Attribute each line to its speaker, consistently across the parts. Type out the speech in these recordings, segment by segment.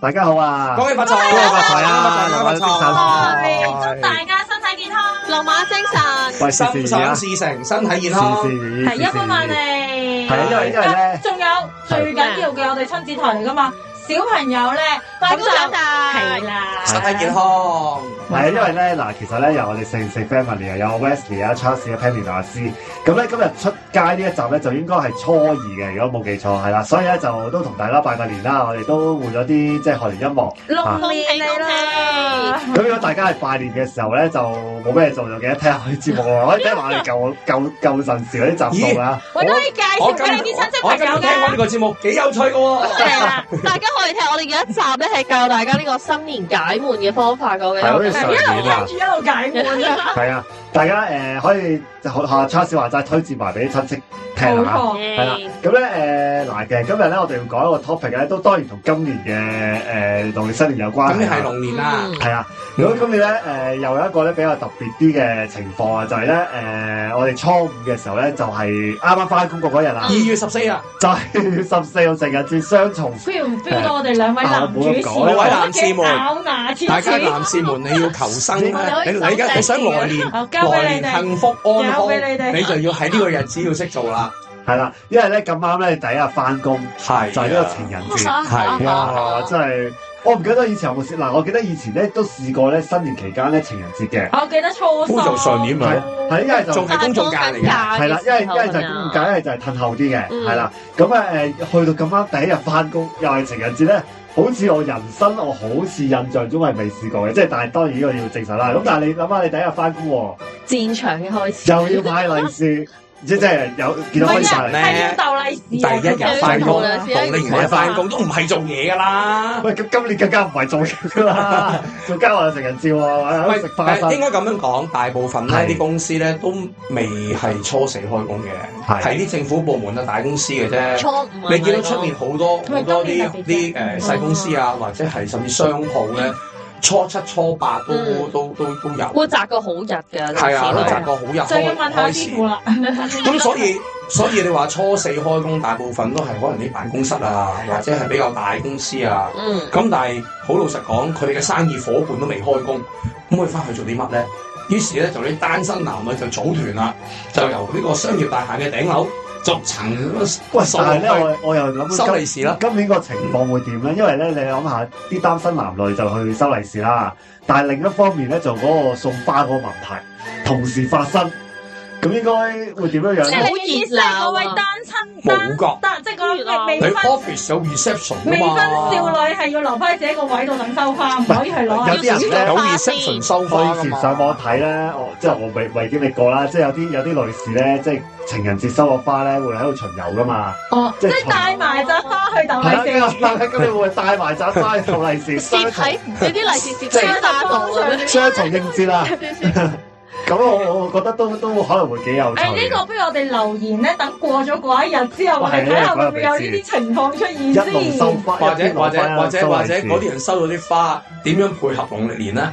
Speaker 1: 大家好啊！
Speaker 2: 恭喜發財
Speaker 1: 恭喜發財啊！
Speaker 2: 恭喜發財
Speaker 1: 財
Speaker 3: 祝大家身體健康，
Speaker 4: 羅馬精神，
Speaker 1: 喂，
Speaker 2: 心
Speaker 1: 事事啊！
Speaker 2: 想
Speaker 1: 事
Speaker 2: 事成，身體健康。
Speaker 1: 事
Speaker 3: 係一百萬利。
Speaker 1: 係啊，因為因為咧，
Speaker 3: 仲有最緊要嘅，我哋親子台嚟噶嘛，小朋友咧，
Speaker 4: 大高長大
Speaker 3: 係，啦，
Speaker 2: 身體健。康，
Speaker 1: 係啊，因為咧嗱，其實咧由我哋四零四 family 又有 Wesley 啊、Charles 啊、Penny 同阿思，咁咧今日出街呢一集咧就應該係初二嘅，如果冇記錯係啦，所以咧就都同大家拜個年啦，我哋都換咗啲即係賀年音樂。
Speaker 3: 六
Speaker 4: 恭喜
Speaker 3: 年
Speaker 4: 你
Speaker 3: 嚟啦
Speaker 4: 啦！！
Speaker 1: 咁如果大家係拜年嘅時候咧，就冇咩做就記得聽下我啲節目啊，可以聽下我哋舊舊舊陣時嗰啲集數啦。
Speaker 3: 我都可以介
Speaker 2: 我
Speaker 3: 紹
Speaker 2: 今
Speaker 3: 俾你啲親戚
Speaker 2: 我
Speaker 3: 朋
Speaker 2: 今
Speaker 3: 友
Speaker 2: 日聽我呢
Speaker 3: 㗎。
Speaker 2: 個節目幾有趣嘅喎，
Speaker 3: 係啦，
Speaker 4: 大家可以聽我哋有一集咧，係教大家呢個新年解悶嘅方法講嘅。
Speaker 1: 係好似
Speaker 3: 一
Speaker 1: 上
Speaker 3: 路
Speaker 1: 年啊
Speaker 3: 跟，住一路解悶啊！
Speaker 1: 係啊，大家誒、呃可以學下叉小華齋推薦埋俾啲親戚聽下。
Speaker 3: 冇錯
Speaker 1: 係啦，咁咧誒嗱嘅，今日咧我哋要講一個 topic 咧，都當然同今年嘅誒農曆新年有關。
Speaker 2: 咁你係龍年啦，
Speaker 4: 嗯
Speaker 1: 係啊，如果今年咧誒、呃又有一個咧比較特別啲嘅情況啊，就係咧誒我哋初五嘅時候咧，就係啱啱翻工嗰日啊
Speaker 2: 二，月十四日，
Speaker 1: 就
Speaker 2: 嗯
Speaker 1: 係十四號情人節雙重
Speaker 3: feel 唔 feel 到我哋兩位男主持，
Speaker 1: 啊
Speaker 2: 兩位男士們
Speaker 3: 咬牙切齒，
Speaker 2: 大家男士們你要求生
Speaker 4: 我
Speaker 2: 咧，
Speaker 4: 哋可以
Speaker 2: 你你而家你想來年
Speaker 3: 好交
Speaker 2: 來
Speaker 3: 俾你
Speaker 2: 年
Speaker 3: 哋，
Speaker 2: 幸福安
Speaker 3: 交俾你
Speaker 2: 康，
Speaker 3: 哋
Speaker 2: 你就要喺呢個日子要識做啦，
Speaker 1: 係啦，因為咧咁啱咧第一日翻工
Speaker 2: 係啊
Speaker 1: 就係呢個情人節，
Speaker 2: 係
Speaker 1: 哇！真係我唔記得以前有冇試嗱，我記得以前咧都試過咧新年期間咧情人節嘅，
Speaker 3: 我記得初
Speaker 2: 搬做上年咪
Speaker 1: 係係因為就
Speaker 2: 仲係公眾假嚟嘅，
Speaker 1: 係啦，因為因為就係公假，一係就係褪後啲嘅，
Speaker 2: 嗯
Speaker 1: 係啦。咁啊誒，去到咁啱第一日翻工又係情人節咧，好似我人生我好似印象中係未試過嘅，即係但係當然呢個要證實啦。咁但係你諗下，你第一日翻工喎，
Speaker 4: 戰場嘅開始，
Speaker 1: 又要派利 是，即即係有見
Speaker 3: 唔
Speaker 1: 到開
Speaker 3: 係
Speaker 1: 晒
Speaker 3: 啊，
Speaker 1: 嚟。
Speaker 3: 係要鬥利是
Speaker 2: 第一日翻工，
Speaker 4: 啦
Speaker 2: 同你而家翻工都唔係做嘢噶啦。
Speaker 1: 喂，咁今年更加唔係做嘢 噶啦，做交換情人節
Speaker 2: 啊唔
Speaker 1: 喎，
Speaker 2: 係
Speaker 1: 食花
Speaker 2: 但
Speaker 1: 生
Speaker 2: 係應。該咁樣講，大部分咧
Speaker 1: 係
Speaker 2: 啲公司咧都未係初四開工嘅，
Speaker 1: 係
Speaker 2: 係啲政府部門啊、大公司嘅啫。
Speaker 4: 初五啊
Speaker 2: 你見到出面好多
Speaker 3: 因為
Speaker 2: 好多
Speaker 3: 今年
Speaker 2: 啲
Speaker 3: 特別
Speaker 2: 啲誒
Speaker 3: 啫
Speaker 2: 細公司啊，或者係甚至商鋪咧，初七、初八都
Speaker 4: 嗯
Speaker 2: 都都都有，
Speaker 4: 會摘個好日㗎，
Speaker 2: 係啊，都
Speaker 4: 都
Speaker 2: 賺過好日
Speaker 3: 就要
Speaker 2: 開
Speaker 3: 問下
Speaker 2: 開
Speaker 3: 師
Speaker 2: 始。
Speaker 3: 傅啦。
Speaker 2: 咁所以所以你話初四開工，大部分都係可能啲辦公室啊，或者係比較大公司啊。
Speaker 4: 嗯，
Speaker 2: 咁但係好老實講，佢哋嘅生意伙伴都未開工，咁佢翻去做啲乜咧？於是咧就啲單身男女就組團啦，就由呢個商業大廈嘅頂樓逐層
Speaker 1: 喂，
Speaker 2: 收
Speaker 1: 但係咧，
Speaker 2: 落
Speaker 1: 我我又諗
Speaker 2: 去
Speaker 1: 緊
Speaker 2: 收利是啦。
Speaker 1: 今年個情況會點咧？因為咧，你諗下啲單身男女就去收利是啦，但係另一方面咧，就嗰個送花嗰個問題同時發生，咁應該會點樣樣
Speaker 3: 即
Speaker 4: 啊
Speaker 1: 咧？
Speaker 3: 係你啲細個位單親
Speaker 2: 冇㗎
Speaker 3: 單啊單，即係個未
Speaker 2: 你
Speaker 3: 未婚
Speaker 2: office 有 reception
Speaker 3: 未
Speaker 2: 㗎
Speaker 3: 婚
Speaker 2: 嘛？
Speaker 3: 少女係要留翻喺自己個位度等收花，唔可以去攞
Speaker 1: 有啲人咧
Speaker 2: 有 reception 收
Speaker 1: 我
Speaker 2: 花
Speaker 1: 以
Speaker 2: 㗎
Speaker 1: 前
Speaker 2: 嘛？
Speaker 1: 上網睇咧，我即係我未未經歷過啦，即係有啲有啲女士咧，即係情人節收個花咧，會喺度巡遊噶嘛，
Speaker 3: 哦，即係帶埋扎花去
Speaker 1: 係啊啦，
Speaker 3: 鬥利
Speaker 1: 跟
Speaker 3: 是
Speaker 1: 住。咁你會帶埋扎花去收利是，
Speaker 4: 攝
Speaker 1: 雙重
Speaker 4: 喺有啲利是攝喺花度咁樣。
Speaker 1: 雙重應節啦。咁我我覺得都都可能會幾有趣嘅。
Speaker 3: 誒呢個不如我哋留言咧，等過咗嗰一日之後，我哋睇下會唔會有呢啲情況出現
Speaker 1: 一路收
Speaker 3: 先。
Speaker 1: 花，
Speaker 2: 或者
Speaker 1: 一路
Speaker 2: 或者
Speaker 1: 花
Speaker 2: 或者
Speaker 1: 收利
Speaker 2: 或者
Speaker 1: 是
Speaker 2: 嗰啲人收到啲花，點樣配合農曆年咧？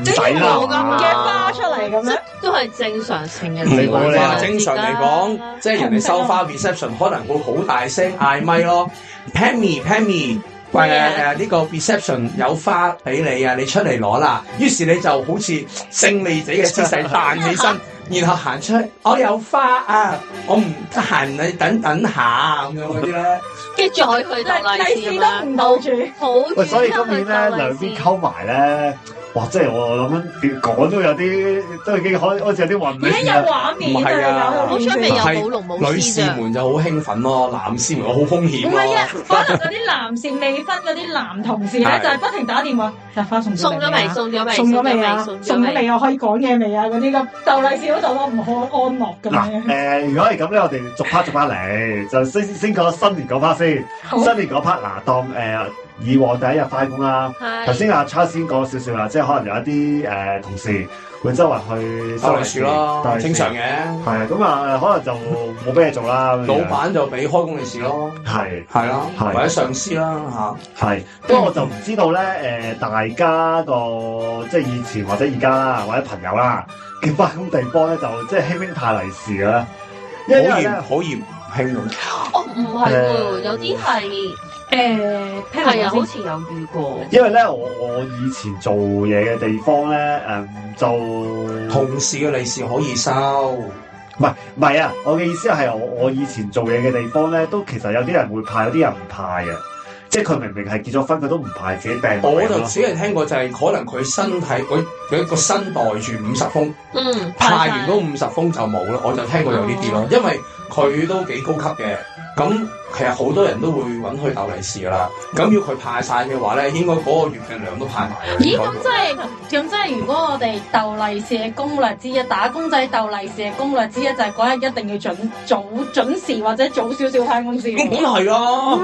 Speaker 1: 唔使啊啦，
Speaker 4: 我咁
Speaker 3: 嘅花出嚟咁樣，
Speaker 4: 都係正常情人
Speaker 2: 唔
Speaker 1: 你
Speaker 4: 節
Speaker 2: 會
Speaker 1: 冇理
Speaker 2: 話
Speaker 1: 由
Speaker 2: 啊正常嚟講，即係人哋收花 reception 可能會好大聲嗌咪咯，Pammy Pammy，喂
Speaker 4: 咩啊
Speaker 2: 誒呢個 reception 有花俾你啊，你出嚟攞啦。於是你就好似勝利者嘅姿勢彈起身，然後行出去，我有花啊，我唔得閒，你等等下咁樣嗰啲咧。
Speaker 4: 跟住再去 鬥利
Speaker 3: 利是
Speaker 4: 是咁
Speaker 3: 都
Speaker 4: 樣
Speaker 3: 唔到住。
Speaker 4: 好
Speaker 1: 喂，所以今年咧兩邊溝埋咧，哇！即係我諗緊講都有啲，都已經開開始有啲混
Speaker 3: 而家
Speaker 1: 亂啊
Speaker 3: 有畫面啊，有
Speaker 4: 好彩未有舞龍舞
Speaker 2: 女
Speaker 4: 獅
Speaker 2: 士
Speaker 4: 咋，
Speaker 2: 們就好興奮咯，男士們好兇險
Speaker 3: 唔係啊
Speaker 2: 咯。，
Speaker 3: 可 能嗰啲男士未婚嗰啲男同事咧，
Speaker 2: 係
Speaker 3: 就係不停打電話，就花送
Speaker 4: 送咗
Speaker 3: 未
Speaker 4: 未？
Speaker 3: 啊？
Speaker 4: 送咗未？
Speaker 3: 送咗未啊？
Speaker 4: 送
Speaker 3: 送咗未啊？可以講嘢未啊？嗰啲咁鬥利是嗰度我唔可安樂咁
Speaker 1: 嗱，
Speaker 3: 樣。
Speaker 1: 誒，如果係咁咧，我哋逐 part 逐 part 嚟，就先先講新年嗰 part 先。
Speaker 3: 好
Speaker 1: 新年嗰 part 嗱，當誒以往第一日翻工啦，頭
Speaker 4: 係
Speaker 1: 先阿 Charles 先講少少啦，即係可能有一啲誒同事會周圍去
Speaker 2: 收利是咯，
Speaker 1: 利是
Speaker 2: 正常嘅。
Speaker 1: 係啊，咁啊，可能就冇咩做啦。咁樣
Speaker 2: 老闆就俾開工利是咯。
Speaker 1: 係。
Speaker 2: 係啦，
Speaker 1: 係
Speaker 2: 或者上司啦
Speaker 1: 係，不過我就唔知道咧，誒、大家個即係以前或者而家啦，或者朋友啦嘅翻工地方咧，就即係輕輕派利是嘅咧，
Speaker 2: 嚇，
Speaker 1: 因為
Speaker 2: 好嚴
Speaker 1: 咧
Speaker 2: 好嚴，唔興用
Speaker 4: 哦，唔係喎，有啲係
Speaker 3: 誒，聽
Speaker 4: 係
Speaker 3: 落
Speaker 4: 啊，好
Speaker 3: 好
Speaker 4: 似有遇過。
Speaker 1: 因為咧，我我以前做嘢嘅地方咧，誒、就唔
Speaker 2: 同事嘅利是可以收，
Speaker 1: 係唔係啊！我嘅意思係我我以前做嘢嘅地方咧，都其實有啲人會派，有啲人唔派嘅。即係佢明明係結咗婚，佢都唔派自己病埋
Speaker 2: 我就
Speaker 1: 咯
Speaker 2: 只係聽過就係可能佢身體佢佢個身袋住五十封，
Speaker 4: 嗯，
Speaker 2: 派完嗰五十封就冇啦，我就聽過有呢啲
Speaker 3: 哦
Speaker 2: 咯，因為佢都幾高級嘅，咁其實好多人都會揾佢鬥利是啦，咁要佢派晒嘅話咧，應該嗰個月嘅糧都派埋嘅。
Speaker 3: 咦，
Speaker 2: 應該
Speaker 3: 咁即係，咁即係，如果我哋鬥利是嘅攻略之一，打工仔鬥利是嘅攻略之一就係嗰日一定要準早準時或者早少少翻公 司。
Speaker 2: 咁梗係啦，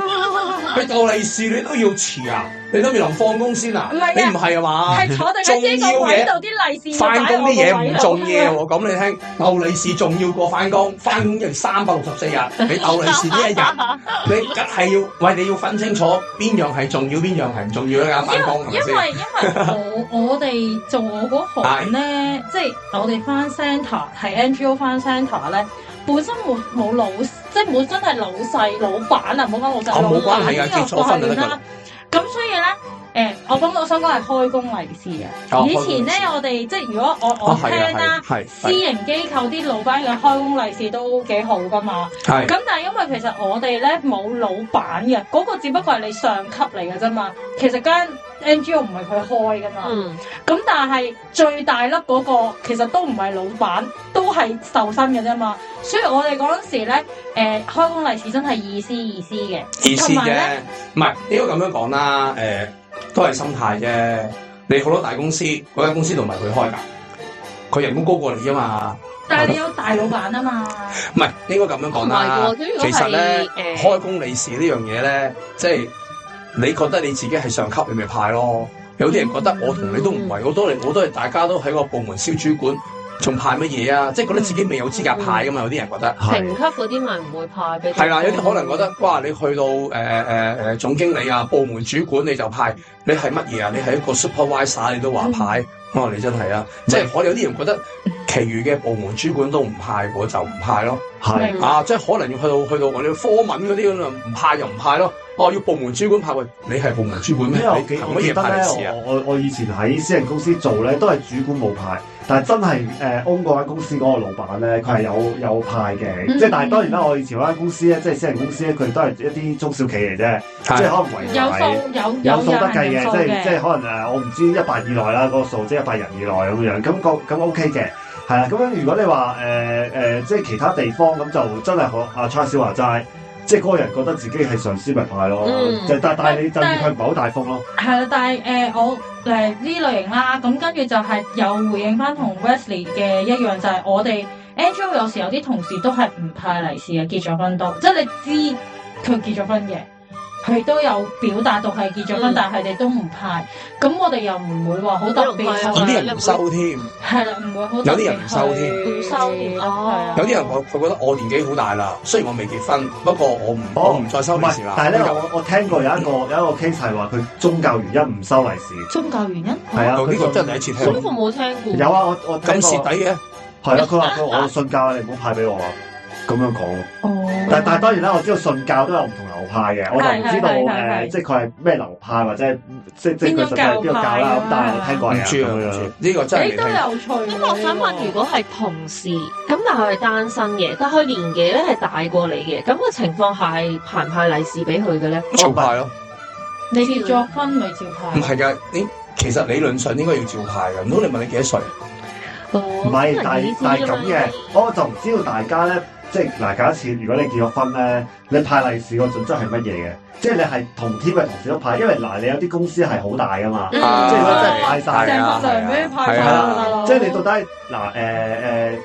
Speaker 2: 你鬥利是你都要遲啊，你都未臨放工先啊，
Speaker 3: 唔係啊
Speaker 2: 你唔係啊嘛？
Speaker 3: 係坐定喺自己個位度，啲利是
Speaker 2: 翻工啲嘢唔 重要
Speaker 3: 喎。
Speaker 2: 喎，咁你 聽鬥利是重要過翻工，翻工一年三百六十四日，你鬥利是呢一日，你梗係要喂你要分清楚邊樣係重要，邊樣係唔重要啦，翻工係咪
Speaker 3: 呃因
Speaker 2: 先？
Speaker 3: 為因為我我哋做我嗰行 咧，即係我哋翻 centre 係 NGO 翻 centre 咧，本身冇冇老，即係本身係老細老闆啊，冇講老細
Speaker 2: 哦
Speaker 3: 老
Speaker 2: 冇關
Speaker 3: 闆
Speaker 2: 係啊
Speaker 3: 呢個
Speaker 2: 結咗婚就得㗎
Speaker 3: 啦。咁所以咧。誒、我講我想講係開工利是嘅。
Speaker 2: 哦
Speaker 3: 以前咧，我哋即係如果我我
Speaker 2: 哦係啊
Speaker 3: 聽啦，
Speaker 2: 係
Speaker 3: 私
Speaker 2: 係
Speaker 3: 營機構啲老闆嘅開工利是都幾好噶嘛。
Speaker 2: 係
Speaker 3: 咁但係因為其實我哋咧冇老闆嘅，嗰、個只不過係你上級嚟嘅啫嘛。其實間 NGO 唔係佢開噶嘛。
Speaker 4: 嗯，
Speaker 3: 咁、但係最大粒嗰、個其實都唔係老闆，都係受薪嘅啫嘛。所以我哋嗰陣時咧，誒、開工利是真係意思意思嘅。
Speaker 2: 意思
Speaker 3: 同埋
Speaker 2: 啫
Speaker 3: 咧，
Speaker 2: 唔係應該咁樣講啦，誒、都係心態啫。你好多大公司嗰間公司同埋佢開㗎，佢人工高過你啊嘛，
Speaker 3: 但係你有大老闆啊嘛，
Speaker 2: 唔係應該咁樣講
Speaker 4: 同
Speaker 2: 啦。
Speaker 4: 埋喎，咁如果
Speaker 2: 其實咧
Speaker 4: 係，誒，
Speaker 2: 開工利是呢樣嘢咧，即係你覺得你自己係上級，你咪派咯。有啲人覺得我同你都唔係，我都係我都係大家都喺個部門燒主管，仲派乜嘢啊？即係覺得自己未有資格派噶嘛。有啲人覺得
Speaker 4: 評級嗰啲咪唔會派俾。
Speaker 2: 係啦，有啲可能覺得哇，你去到誒誒誒總經理啊、部門主管你就派，你係乜嘢啊？你係一個 supervisor 你都話派，哦你真係啊！即係我有啲人覺得，其餘嘅部門主管都唔派，我就唔派咯。
Speaker 1: 係
Speaker 4: 嗯
Speaker 2: 啊，即係可能要去到去到我哋科文嗰啲咁啊，唔派就唔派咯。哦，要部門主管派喂，你係部門主管咩？
Speaker 1: 因為我
Speaker 2: 你
Speaker 1: 記
Speaker 2: 憑
Speaker 1: 啊我記
Speaker 2: 乜嘢
Speaker 1: 得
Speaker 2: 派利是
Speaker 1: 咧
Speaker 2: 啊？，
Speaker 1: 我我我以前喺私人公司做咧，都係主管冇派，但係真係誒 own 嗰間公司嗰個老闆咧，佢係有有派嘅，
Speaker 3: 嗯
Speaker 1: 即係但係當然啦，我以前嗰間公司咧，即係私人公司咧，佢都係一啲中小企嚟啫，即係
Speaker 2: 係
Speaker 1: 可能圍
Speaker 3: 有
Speaker 1: 埋
Speaker 3: 數有
Speaker 1: 有數
Speaker 3: 有
Speaker 1: 得
Speaker 3: 人
Speaker 1: 計嘅，
Speaker 3: 人數
Speaker 1: 即係即
Speaker 3: 嘅。
Speaker 1: 係可能呃誒，我唔知一百以內啦，嗰個數即係一百人以內咁樣，咁個咁 OK 嘅。係啊啦，咁樣如果你話誒誒，即係其他地方咁就真係學阿 Charles 話齋，即係嗰個人覺得自己係上司咪派咯，
Speaker 4: 嗯
Speaker 1: 就但但係你就要
Speaker 3: 但
Speaker 1: 佢唔係好大風咯。
Speaker 3: 係啦，但係誒、呃我誒呢、類型啦，咁跟住就係有回應翻同 Wesley 嘅一樣，就係、我哋 Angel 有時有啲同事都係唔派利是嘅，結咗婚都，即係你知佢結咗婚嘅，佢都有表達到係結咗婚，
Speaker 4: 嗯
Speaker 3: 但係佢哋都唔派，咁我哋又唔會話好特別
Speaker 4: 有
Speaker 2: 有
Speaker 1: 啊
Speaker 4: 人
Speaker 2: 啲
Speaker 3: 去，
Speaker 4: 派
Speaker 2: 人唔收添，
Speaker 1: 嗯
Speaker 3: 係啦，唔會好特別
Speaker 2: 有啲人唔收添
Speaker 3: 去啊
Speaker 4: 唔收添哦
Speaker 2: 有啲人我佢覺得我年紀好大啦，雖然我未結婚，不過我唔
Speaker 1: 哦
Speaker 2: 我唔再收
Speaker 1: 唔
Speaker 2: 利
Speaker 1: 係
Speaker 2: 是啦，。
Speaker 1: 但係咧，
Speaker 2: 我就
Speaker 1: 我我聽過有一個有一個 case 係話佢宗教原因唔收利是，
Speaker 3: 宗教原因，
Speaker 1: 係啊，
Speaker 2: 哦呢個
Speaker 1: 佢
Speaker 2: 真係第一次聽
Speaker 4: 呢個冇聽過。
Speaker 1: 有啊，我我聽
Speaker 2: 咁蝕
Speaker 1: 過，
Speaker 2: 底嘅。
Speaker 1: 係啊，佢話佢我信教，你唔好派俾我啊，咁樣講咯。
Speaker 3: 哦，
Speaker 1: 但但係當然啦，我知道信教都有唔同流派嘅，我就唔知道
Speaker 3: 係係係
Speaker 1: 誒，
Speaker 3: 係
Speaker 1: 即係佢係咩流派或者係即即係佢信教係邊個教啦。咁但係我聽
Speaker 2: 唔
Speaker 1: 過係
Speaker 2: 知啊，
Speaker 1: 咁
Speaker 2: 唔
Speaker 1: 樣
Speaker 2: 知
Speaker 1: 樣。
Speaker 2: 呢個真係
Speaker 3: 誒
Speaker 2: 未
Speaker 3: 都
Speaker 2: 聽。
Speaker 3: 有趣喎。
Speaker 4: 咁我想問，如果係同事，咁但係佢係單身嘅，但係佢年紀咧係大過你嘅，咁個情況下係派唔派利是俾佢嘅咧？
Speaker 2: 照派咯，
Speaker 3: 你結咗婚咪照
Speaker 2: 唔
Speaker 3: 派？
Speaker 2: 係㗎，你其實理論上應該要照派嘅。唔通你問你幾多歲？
Speaker 1: 唔
Speaker 4: 唔
Speaker 1: 係，但係但係咁嘅，我就唔知道大家咧，即係嗱，假設如果你結咗婚咧，你派利是個準則係乜嘢嘅？即係你係同 team 嘅同事都派，因為嗱，你有啲公司係好大噶嘛。
Speaker 4: 嗯
Speaker 1: 即係如果真係派
Speaker 3: 成
Speaker 1: 晒
Speaker 2: 係啊
Speaker 3: 份糧俾你派晒
Speaker 2: 係啊
Speaker 3: 啦，大佬
Speaker 1: 即係你到底係嗱誒誒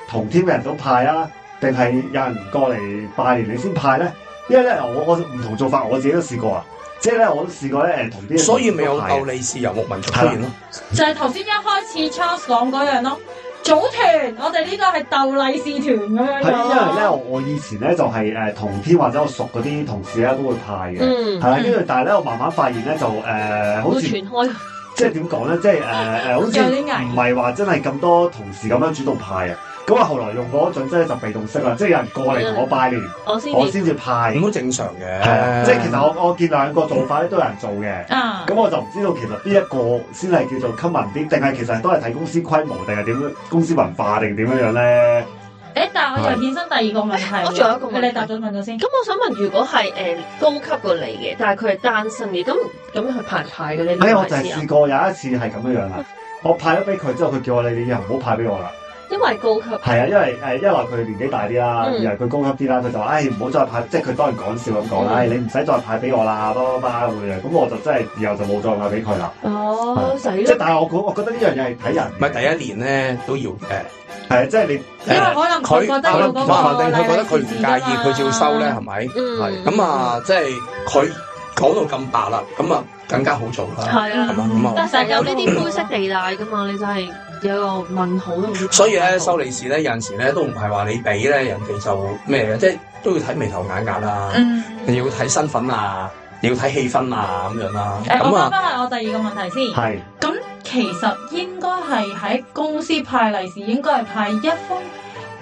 Speaker 1: 同 team 嘅人都派啊，定係有人過嚟拜年你先派咧？因為咧，我我唔同做法，我自己都試過啊。即係咧，我都試過咧誒同啲
Speaker 2: 所以咪有
Speaker 1: 派啊
Speaker 2: 鬥利是遊牧民族出現咯。
Speaker 3: 就係頭先一開始 Charles 講嗰樣咯，組團，我哋呢個係鬥利是團咁樣
Speaker 1: 係因為咧，
Speaker 3: 咯。
Speaker 1: 我我以前咧就係、誒同 team 或者我熟嗰啲同事咧都會派嘅。
Speaker 4: 嗯，
Speaker 1: 係啦，跟住但係咧，我慢慢發現咧，就誒、好
Speaker 4: 會
Speaker 1: 似
Speaker 4: 傳開，
Speaker 1: 即係點講咧，即係誒誒，好似
Speaker 3: 有啲危
Speaker 1: 唔係話真係咁多同事咁樣主動派啊，咁我後來用嗰個準則咧就被動式啦，即係有人過嚟同我拜年，
Speaker 4: 我先
Speaker 1: 我
Speaker 4: 至
Speaker 1: 先至派。
Speaker 2: 咁都正常
Speaker 1: 係啊
Speaker 2: 嘅，
Speaker 1: 即係其實我我見兩個做法咧都有人做嘅，
Speaker 3: 啊
Speaker 1: 咁我就唔知道其實邊一個先係叫做 common 啲，定係其實都係睇公司規模，定係點樣公司文化，定點樣樣咧？
Speaker 3: 誒，但係我又衍生第二個問題喎，
Speaker 4: 我仲有一個問題
Speaker 3: 你答咗問咗先。
Speaker 4: 咁我想問，如果係誒、高級過你嘅，但係佢係單身嘅，咁咁佢排唔排嘅咧？
Speaker 1: 哎，
Speaker 4: 呢
Speaker 1: 我
Speaker 4: 個
Speaker 1: 就係
Speaker 4: 位置啊
Speaker 1: 試過有一次係咁樣樣啦，我派咗俾佢之後，佢叫我你哋以後唔好派俾我啦。
Speaker 4: 因為高級，
Speaker 1: 係啊，因為誒一來佢年紀大啲啦，
Speaker 4: 嗯
Speaker 1: 二來佢高級啲啦，佢就話：，唉，唔好再派，即係佢當然講笑咁講啦，
Speaker 4: 嗯
Speaker 1: 唉，你唔使再派俾我啦，巴巴巴咁樣。咁我就真係以後就冇再派俾佢啦。
Speaker 4: 哦，死
Speaker 1: 即係
Speaker 4: 啦！
Speaker 1: 但係我覺我覺得呢樣嘢係睇人嘅，
Speaker 2: 唔係第一年咧都要嘅。
Speaker 4: 嗯
Speaker 1: 係啊即係你
Speaker 3: 因為可能佢覺得要嗰個
Speaker 2: 話定佢覺得佢唔
Speaker 3: 禮禮事事㗎
Speaker 2: 介意，
Speaker 3: 嘛
Speaker 2: 佢照收咧，係咪？
Speaker 4: 嗯
Speaker 2: 係咁啊，即係佢講到咁白啦，咁啊更加好做啦，
Speaker 4: 係
Speaker 2: 係
Speaker 4: 啊，
Speaker 2: 嘛咁啊。
Speaker 4: 但係有呢啲灰色地帶噶嘛，你就係有個問號都唔知。
Speaker 2: 所以咧，收利是咧，有陣時咧都唔係話你俾咧，人哋就咩嘅，即係都要睇眉頭眼額啦，
Speaker 3: 嗯，
Speaker 2: 你要睇身份啊，你要睇氣氛啊咁樣啦。
Speaker 3: 誒，
Speaker 2: 咁
Speaker 3: 我翻
Speaker 2: 啊，
Speaker 3: 返去我第二個問題先。
Speaker 1: 係
Speaker 3: 咁其實應該係喺公司派利是，應該係派一封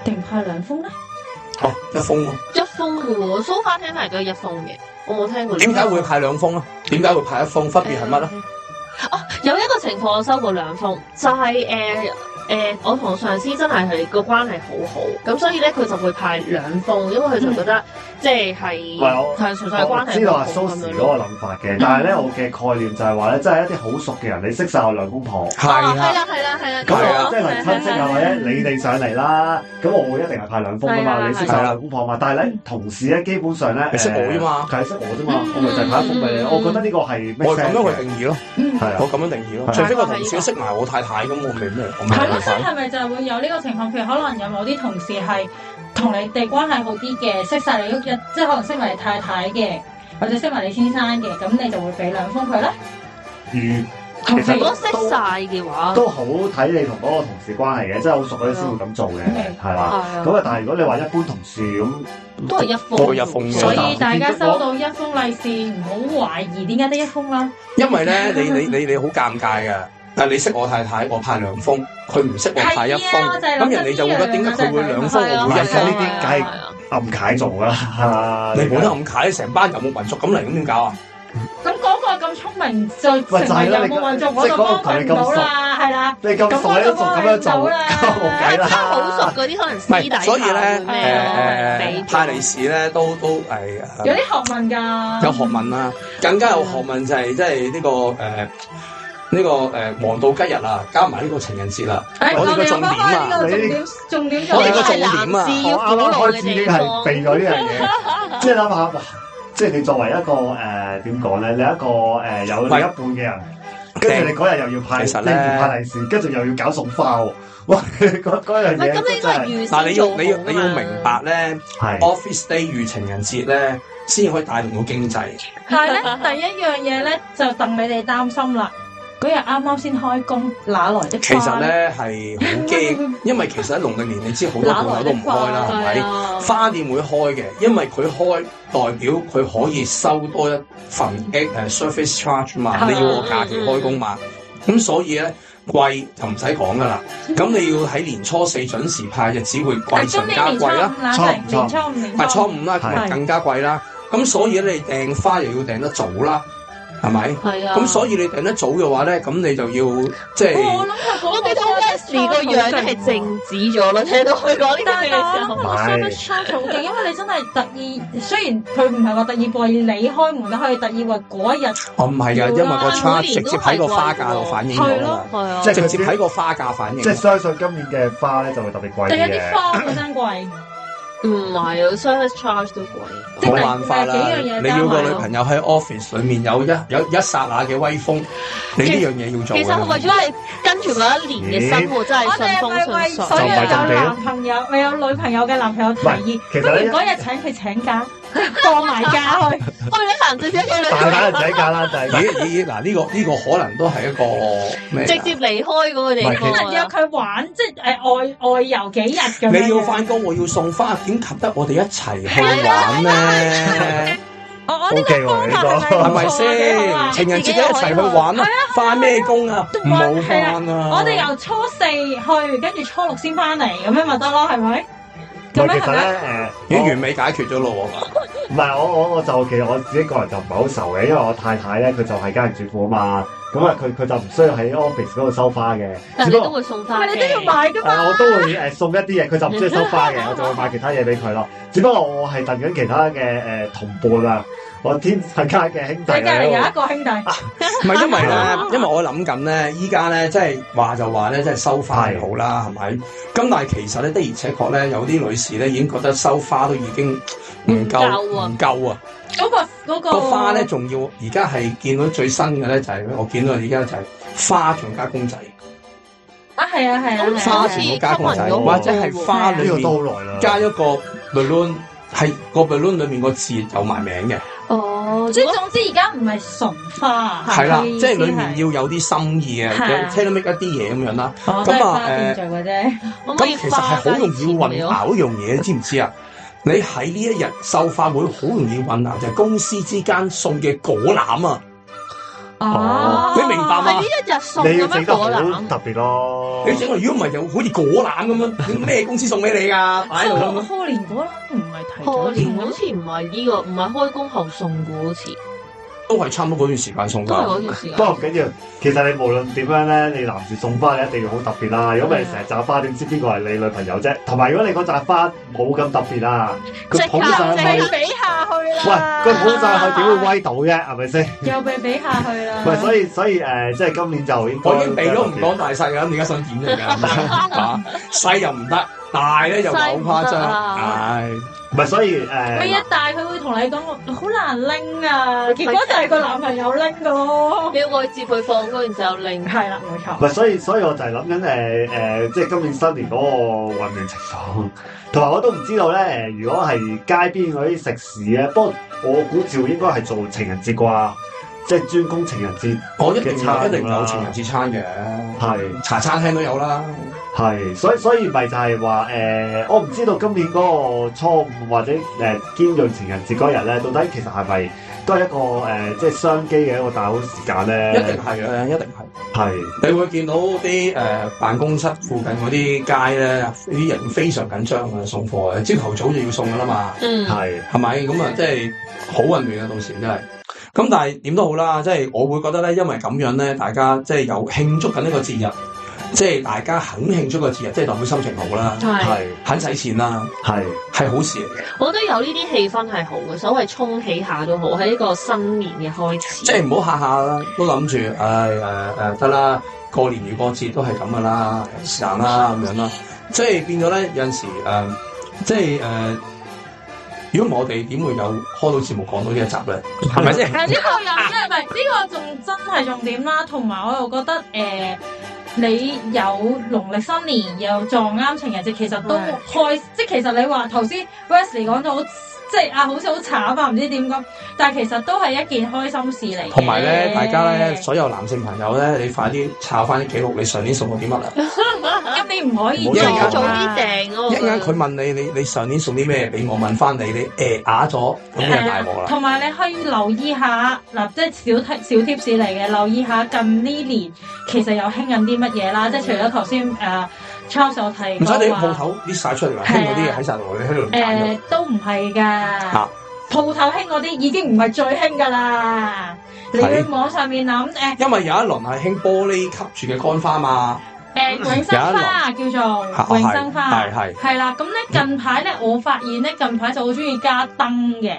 Speaker 3: 定派兩封咧？
Speaker 2: 哦一封咯，
Speaker 4: 一封嘅喎，蘇花聽嚟都係一封嘅，我冇聽過。
Speaker 2: 點解會派兩封啊？點解會派一封？分別係乜咧？
Speaker 4: 哦，有一個情況我收過兩封，就係誒誒，我同上司真係係個關係好好，咁所以咧佢就會派兩封，因為佢就覺
Speaker 2: 嗯
Speaker 4: 得即係
Speaker 1: 喂
Speaker 4: 係
Speaker 1: 我
Speaker 4: 係純粹係
Speaker 1: 我
Speaker 4: 關
Speaker 1: 知
Speaker 4: 係
Speaker 1: 道啊
Speaker 4: 好
Speaker 1: 阿
Speaker 4: 好咁
Speaker 1: Sosze
Speaker 4: 樣哦
Speaker 1: 嗰
Speaker 4: 咯。
Speaker 1: 個諗法嘅，但係咧我嘅概念就係話咧，真係一啲好熟嘅人，你識晒我兩公婆。
Speaker 3: 啊
Speaker 2: 係
Speaker 4: 係
Speaker 2: 啦，
Speaker 4: 啦係啦係啦，
Speaker 1: 咁
Speaker 2: 係啊
Speaker 1: 我即啊係嚟親戚啊，或者你哋上嚟啦，咁我會一定係派兩封噶
Speaker 4: 係
Speaker 1: 嘛，
Speaker 4: 啊
Speaker 1: 你識
Speaker 2: 係啊
Speaker 1: 晒兩公婆嘛。但係咧，同事咧基本上咧，呃
Speaker 2: 你識我啫嘛
Speaker 1: 誒佢係識我啫嘛，
Speaker 3: 嗯
Speaker 1: 我咪就係派一封俾你。
Speaker 4: 嗯
Speaker 1: 我覺得呢個係
Speaker 2: 我係
Speaker 1: make
Speaker 2: 咁
Speaker 1: sense
Speaker 2: 樣去
Speaker 1: 嘅
Speaker 2: 定義咯，
Speaker 3: 嗯，
Speaker 1: 係啊
Speaker 2: 我咁樣定義咯。
Speaker 1: 係
Speaker 2: 除非個同事識埋我太太咁，我咪咩？我咪
Speaker 3: 係咯，
Speaker 2: 冇
Speaker 3: 所以
Speaker 2: 辦法
Speaker 3: 係咪就係會有呢個情況？譬如可能有某啲同事係同你哋關係好啲嘅，識晒你屋企即係可能識埋你太太嘅，或者識埋你先生嘅，咁你就會俾兩封佢咧。
Speaker 1: 如
Speaker 3: 同
Speaker 1: 其實
Speaker 3: 事
Speaker 4: 如果識晒嘅話，
Speaker 1: 都好睇你同嗰個同事關係嘅，即係好熟嗰啲先會咁做嘅
Speaker 3: 嗯，
Speaker 1: 係
Speaker 4: 係
Speaker 1: 啦。
Speaker 4: 啊
Speaker 1: 咁啊，但係如果你話一般同事咁，
Speaker 4: 都係一封，
Speaker 2: 都係一封嘅
Speaker 3: 所以大家收到一封利是，唔好懷疑點解得一封啦。
Speaker 2: 因為咧，你你你你好尷尬噶。但係你識我太太，我派兩封；佢唔識我派一封，
Speaker 3: 係啊我就係諗緊
Speaker 2: 咁人哋就會覺得點解佢會兩封，
Speaker 4: 係啊
Speaker 2: 我會一
Speaker 1: 係
Speaker 2: 封
Speaker 1: 啊？暗解做㗎啦，
Speaker 2: 你冇得咁解，成班游牧民族咁嚟，咁點搞啊？
Speaker 3: 咁嗰個咁聰明就成為有冇運作，我就幫佢唔到啦，係啦。
Speaker 1: 你咁熟你都仲咁樣做，咁冇計
Speaker 4: 真係好
Speaker 1: 啦。
Speaker 4: 熟嗰啲可能
Speaker 2: 唔
Speaker 4: 私
Speaker 2: 係，
Speaker 4: 底下
Speaker 2: 所以咧，誒
Speaker 3: 係啊
Speaker 2: 誒，派利是咧都都係
Speaker 3: 有
Speaker 2: 誒
Speaker 3: 啲學問㗎，
Speaker 2: 有學問啦，更加有學問就係即係呢個誒呢個誒黃道吉日啊，加埋呢個情人節啦。
Speaker 3: 誒。
Speaker 2: 我哋個重點啊
Speaker 3: 呢個重點重點就
Speaker 2: 我哋個重
Speaker 3: 係
Speaker 2: 點啊
Speaker 4: 係
Speaker 1: 我啱啱
Speaker 4: 南
Speaker 1: 開
Speaker 4: 至
Speaker 1: 始
Speaker 4: 古
Speaker 1: 已經
Speaker 4: 老嘅地
Speaker 1: 係
Speaker 4: 方
Speaker 1: 避咗呢樣嘢，即係諗下，哇！即係你作為一個誒點講咧，你一個誒有另一半嘅人，跟住你嗰日又要派，
Speaker 2: 其實
Speaker 1: 跟
Speaker 2: 呢
Speaker 1: 住派利是，跟住又要搞送花喎， 哇！嗰嗰樣嘢
Speaker 4: 唔係咁，你應該係
Speaker 1: 真
Speaker 2: 嗱，
Speaker 4: 預先
Speaker 2: 你
Speaker 4: 做
Speaker 2: 要
Speaker 4: 好啊
Speaker 2: 你要你要
Speaker 3: 啊
Speaker 4: 㗎嘛
Speaker 2: 明白咧
Speaker 1: 係
Speaker 2: ，office day 與情人節咧，先可以帶動到經濟。
Speaker 3: 但係咧，第一樣嘢咧就等你哋擔心啦。嗰日啱啱先開工，哪來的
Speaker 2: 其實咧係好驚，因為其實喺農曆年你知好多鋪頭都唔開 啦，係
Speaker 4: 係
Speaker 2: 咪？
Speaker 4: 啊
Speaker 2: 花店會開嘅，因為佢開代表佢可以收多一份誒 service charge 嘛，
Speaker 3: 係
Speaker 2: 你要我假期開工嘛，咁所以咧貴就唔使講噶啦。咁你要喺年初四準時派，就只會貴上加貴啦。
Speaker 3: 年初五啦，年初五年
Speaker 2: 係初五啦，咁
Speaker 1: 係
Speaker 2: 咪更加貴啦。咁所以你訂花又要訂得早啦，係咪？
Speaker 4: 係啊，
Speaker 2: 咁所以你訂得早嘅話咧，咁你就要即
Speaker 3: 我
Speaker 2: 係
Speaker 3: 諗佢
Speaker 4: 我
Speaker 3: 嗰
Speaker 4: 記得 Wesley 個樣係靜止咗咯，聽到佢講呢句
Speaker 3: 但係
Speaker 4: 嘅時
Speaker 3: 我
Speaker 4: 候，
Speaker 3: 諗佢 service charge 好勁，因為你真係特意，雖然佢唔係話特意為你開門啦，可以特意為嗰一日
Speaker 2: 我哦唔係㗎，因為個
Speaker 4: 哇
Speaker 2: charge
Speaker 4: 每
Speaker 2: 直
Speaker 4: 年都
Speaker 2: 接喺個花價度反映到
Speaker 3: 係
Speaker 2: 㗎
Speaker 3: 咯，
Speaker 4: 係啊
Speaker 1: 即係
Speaker 2: 直接喺個花價反映
Speaker 1: 即。係相信今年嘅花咧就會特別貴
Speaker 3: 定有
Speaker 1: 啲
Speaker 3: 啲
Speaker 1: 嘅。
Speaker 3: 花本身貴，
Speaker 4: 唔係啊，service charge 都貴。
Speaker 3: 即
Speaker 2: 冇
Speaker 3: 係
Speaker 2: 辦法啦
Speaker 3: 幾樣嘢加埋，啊
Speaker 2: 你要個女朋友喺 office 裏面有一有一剎那嘅威風，你呢樣嘢要做
Speaker 4: 其實佢為
Speaker 2: 㗎。
Speaker 4: 咗係跟住嗰一年嘅生活真係
Speaker 3: 我哋
Speaker 4: 順
Speaker 3: 係咪為
Speaker 4: 風啊
Speaker 3: 所
Speaker 4: 順
Speaker 3: 有
Speaker 1: 就唔係咁
Speaker 3: 有
Speaker 1: 地
Speaker 3: 男朋友、未有女朋友嘅男朋友提議，
Speaker 1: 其
Speaker 3: 不
Speaker 1: 實咧
Speaker 3: 如嗰日請佢請假， 放埋假去。
Speaker 4: 水。去旅行直接去旅
Speaker 1: 大把
Speaker 4: 行，
Speaker 1: 人仔揀啦，就係
Speaker 2: 咦咦咦嗱，呢個呢個可能都係一個咩啊
Speaker 4: 直
Speaker 2: 㗎？
Speaker 4: 接離開嗰個地
Speaker 2: 唔係
Speaker 3: 可能約
Speaker 4: 方啊。
Speaker 3: 佢玩，即係誒外外遊幾日咁樣。啊
Speaker 2: 你要翻工，我要送花，點及得我哋一齊去玩咧？
Speaker 3: 我我呢
Speaker 1: OK 喎
Speaker 3: 個方法
Speaker 1: 呢個
Speaker 3: 係
Speaker 2: 係
Speaker 3: 咪
Speaker 2: 咪
Speaker 3: 唔錯啊
Speaker 2: 先？情人節一齊去玩啦，翻咩工啊？
Speaker 3: 都
Speaker 2: 唔
Speaker 3: 玩
Speaker 2: 好
Speaker 3: 係啊
Speaker 2: 翻啊！
Speaker 3: 我哋由初四去，跟住初六先翻嚟，咁樣咪得咯，係咪？咁
Speaker 1: 喂其
Speaker 3: 樣
Speaker 1: 實
Speaker 3: 係咪？
Speaker 1: 咧
Speaker 2: 已
Speaker 1: 誒，
Speaker 2: 經
Speaker 1: 我
Speaker 2: 完美解決咗咯喎，
Speaker 1: 唔係我我我就其實我自己個人就唔係好愁嘅，因為我太太咧佢就係家庭主婦啊嘛，咁啊佢佢就唔需要喺 office 嗰度收花嘅，
Speaker 4: 但係
Speaker 1: 只
Speaker 4: 你
Speaker 1: 不
Speaker 4: 都
Speaker 1: 過
Speaker 4: 會送
Speaker 3: 但
Speaker 4: 花
Speaker 3: 係你都要
Speaker 4: 嘅。
Speaker 3: 買噶
Speaker 1: 誒
Speaker 3: 嘛
Speaker 1: 啊我？都會誒送一啲嘢，佢就唔中意收花嘅，我就會買其他嘢俾佢咯。只不過我係等緊其他嘅誒同伴啊，我天大家嘅兄弟
Speaker 3: 你隔離有
Speaker 1: 啊
Speaker 3: 一個兄弟，
Speaker 2: 唔係因為咧，因為我諗緊咧，依家咧即係話就話咧，即係收花係好啦，係咪？咁但係其實咧的而且確咧，有啲女士咧已經覺得收花都已經唔夠
Speaker 4: 唔夠啊
Speaker 2: 唔夠啊！
Speaker 3: 嗰個嗰個
Speaker 2: 個花咧仲要而家係見到最新嘅咧就係我見到而家就係花仲加公仔，
Speaker 3: 啊，係啊係啊係
Speaker 4: 咁好
Speaker 2: 花
Speaker 3: 啊
Speaker 4: 似
Speaker 2: 全
Speaker 4: 吸
Speaker 2: 部
Speaker 4: 引
Speaker 2: 加公仔，
Speaker 4: 咗
Speaker 2: 或者係花
Speaker 1: 呢
Speaker 2: 裏
Speaker 1: 個
Speaker 2: 面
Speaker 1: 都好耐啦，
Speaker 2: 加一個 balloon，係個 balloon 裏面個字有埋名嘅。
Speaker 4: 哦，
Speaker 3: 即係總之而家唔係純花，
Speaker 2: 係啦，
Speaker 3: 佢
Speaker 2: 即
Speaker 3: 意思
Speaker 2: 係裏面要有啲心意嘅，
Speaker 3: 係啊
Speaker 2: 有 tailor make 一啲嘢咁樣啦。
Speaker 3: 哦都係花店做嘅啫。
Speaker 4: 可唔可以
Speaker 2: 咁其實係
Speaker 4: 花
Speaker 2: 好
Speaker 4: 加
Speaker 2: 容
Speaker 4: 啲
Speaker 2: 易混
Speaker 4: 錢嚟咯？
Speaker 2: 淆一樣嘢，你知唔知啊？你喺呢一日收花會好容易混淆，就係公司之間送嘅果籃啊！
Speaker 3: 哦，
Speaker 2: 你明白
Speaker 4: 係
Speaker 2: 嘛
Speaker 4: 呢一日送
Speaker 1: 你
Speaker 4: 咁
Speaker 1: 要整
Speaker 4: 樣
Speaker 1: 得好
Speaker 4: 果籃。
Speaker 1: 特別咯
Speaker 2: 你。整個如果唔係就好似果籃咁樣，你咩公司送俾你㗎？擺喺度 咁樣。
Speaker 3: 賀年嗰粒唔係提
Speaker 4: 賀
Speaker 3: 早
Speaker 4: 年
Speaker 3: 送
Speaker 4: 好
Speaker 3: 嘅
Speaker 4: 似唔係呢個，唔係開工後送嘅，好似
Speaker 2: 都係差唔多嗰段時間送
Speaker 4: 都係
Speaker 2: 㗎。
Speaker 4: 嗰段時間
Speaker 1: 不。過唔緊要，其實你無論點樣咧，你男士送花你一定要好特別啦。如果唔
Speaker 4: 嗯
Speaker 1: 係你成扎花，點知邊個係你女朋友啫？同埋如果你嗰扎花冇咁特別啊，佢捧上去，
Speaker 3: 又俾下去
Speaker 1: 喂，
Speaker 3: 啦。
Speaker 1: 佢捧上去點會威到啫？係咪先？
Speaker 3: 又被俾下去啦。
Speaker 1: 喂，所以所以誒、呃即係今年就應該
Speaker 2: 我已經避咗唔講大細㗎，咁而家想點嚟㗎？啊細又唔得，大咧又好誇
Speaker 4: 細唔得
Speaker 2: 張，
Speaker 4: 啊
Speaker 2: 唉。
Speaker 1: 唔係，所以誒、呃
Speaker 3: 佢一大佢會同你講我好難拎啊，結果就係個男朋友拎噶咯。
Speaker 4: 你要過去接佢放工，然之後令
Speaker 3: 係啦，冇
Speaker 1: 唔係，
Speaker 3: 錯。
Speaker 1: 所以所以我就係諗緊誒誒，即係今年新年嗰個混亂情況，同埋我都唔知道咧。誒如果係街邊嗰啲食肆咧，不過我估照應該係做情人節啩，即係專攻情人節，
Speaker 2: 我一定
Speaker 1: 嘅餐
Speaker 2: 有一定有
Speaker 1: 啦
Speaker 2: 情人節餐嘅，
Speaker 1: 係
Speaker 2: 茶餐廳都有啦。
Speaker 1: 係，所以所以咪就係話誒，我唔知道今年嗰個初五或者誒、呃兼銳情人節嗰日咧，到底其實係咪都係一個誒、呃即係商機嘅一個大好時間
Speaker 2: 一定
Speaker 1: 咧？
Speaker 2: 係嘅，一定係。
Speaker 1: 係。
Speaker 2: 你會見到啲誒、呃、辦公室附近嗰啲街咧，啲人非常緊張啊，送貨嘅，朝頭早就要送噶啦嘛，
Speaker 4: 嗯
Speaker 1: 係
Speaker 2: 係咪？咁啊，即係好混亂啊，到時真係。咁但係點都好啦，即係我會覺得咧，因為咁樣咧，大家即係有慶祝緊呢個節日，即係大家肯慶祝個節日，即係代表心情好啦，
Speaker 4: 係，
Speaker 1: 係
Speaker 2: 肯使錢啦，
Speaker 1: 係
Speaker 2: 係好事嚟嘅。
Speaker 4: 我覺得有呢啲氣氛係好嘅，所謂沖起下都好，係一個新年嘅開始。
Speaker 2: 即係唔好下下啦，都諗住，唉誒誒得啦，過年如過節都係咁噶啦，是但啦咁樣啦。即係變咗咧，有陣時誒、呃即係誒、呃如果唔係我哋點會有開到節目講到呢一集咧？係咪 先？
Speaker 3: 但呢個
Speaker 4: 啊
Speaker 3: 又真係唔係呢個仲真係重點啦，同埋我又覺得誒。你有農曆新年又撞啱情人節，其實都
Speaker 4: 係
Speaker 3: 開，即係其實你話頭先 Wesley 講到好，即係啊，好似好慘啊，唔知點咁，但係其實都係一件開心事嚟嘅。
Speaker 2: 同埋咧，大家咧，所有男性朋友咧，你快啲抄翻啲記錄，你上年送過啲乜啊？
Speaker 3: 今年唔可以
Speaker 1: 唔好
Speaker 4: 因為
Speaker 1: 做
Speaker 4: 要
Speaker 1: 啊
Speaker 4: 早啲
Speaker 3: 定。
Speaker 4: 訂咯。
Speaker 2: 一陣
Speaker 4: 我覺得
Speaker 2: 間佢問你，你你上年送啲咩俾我？問翻你，你誒啞咗，咁就大鑊 啦。
Speaker 3: 啊同埋你可以留意下嗱，即係小貼小貼士嚟嘅，留意下近呢年其實有興緊啲乜嘢啦，即係除咗頭先誒 Charles 我提
Speaker 2: 唔使
Speaker 3: 過
Speaker 2: 你
Speaker 3: 話
Speaker 2: 鋪頭 list 晒出嚟啦，聽嗰啲嘢喺晒度，你喺度
Speaker 3: 啊誒、
Speaker 2: 揀咗。
Speaker 3: 都唔係㗎，
Speaker 2: 啊
Speaker 3: 鋪頭興嗰啲已經唔係最興㗎啦。你去
Speaker 2: 係
Speaker 3: 網上面諗呃誒
Speaker 2: 因為有一輪係興玻璃吸住嘅乾花嘛，
Speaker 3: 誒呃永生花叫做
Speaker 2: 啊哦係
Speaker 3: 永生花
Speaker 2: 係，係
Speaker 3: 係啦。咁咧近排咧，我發現咧近排就好中意加燈嘅，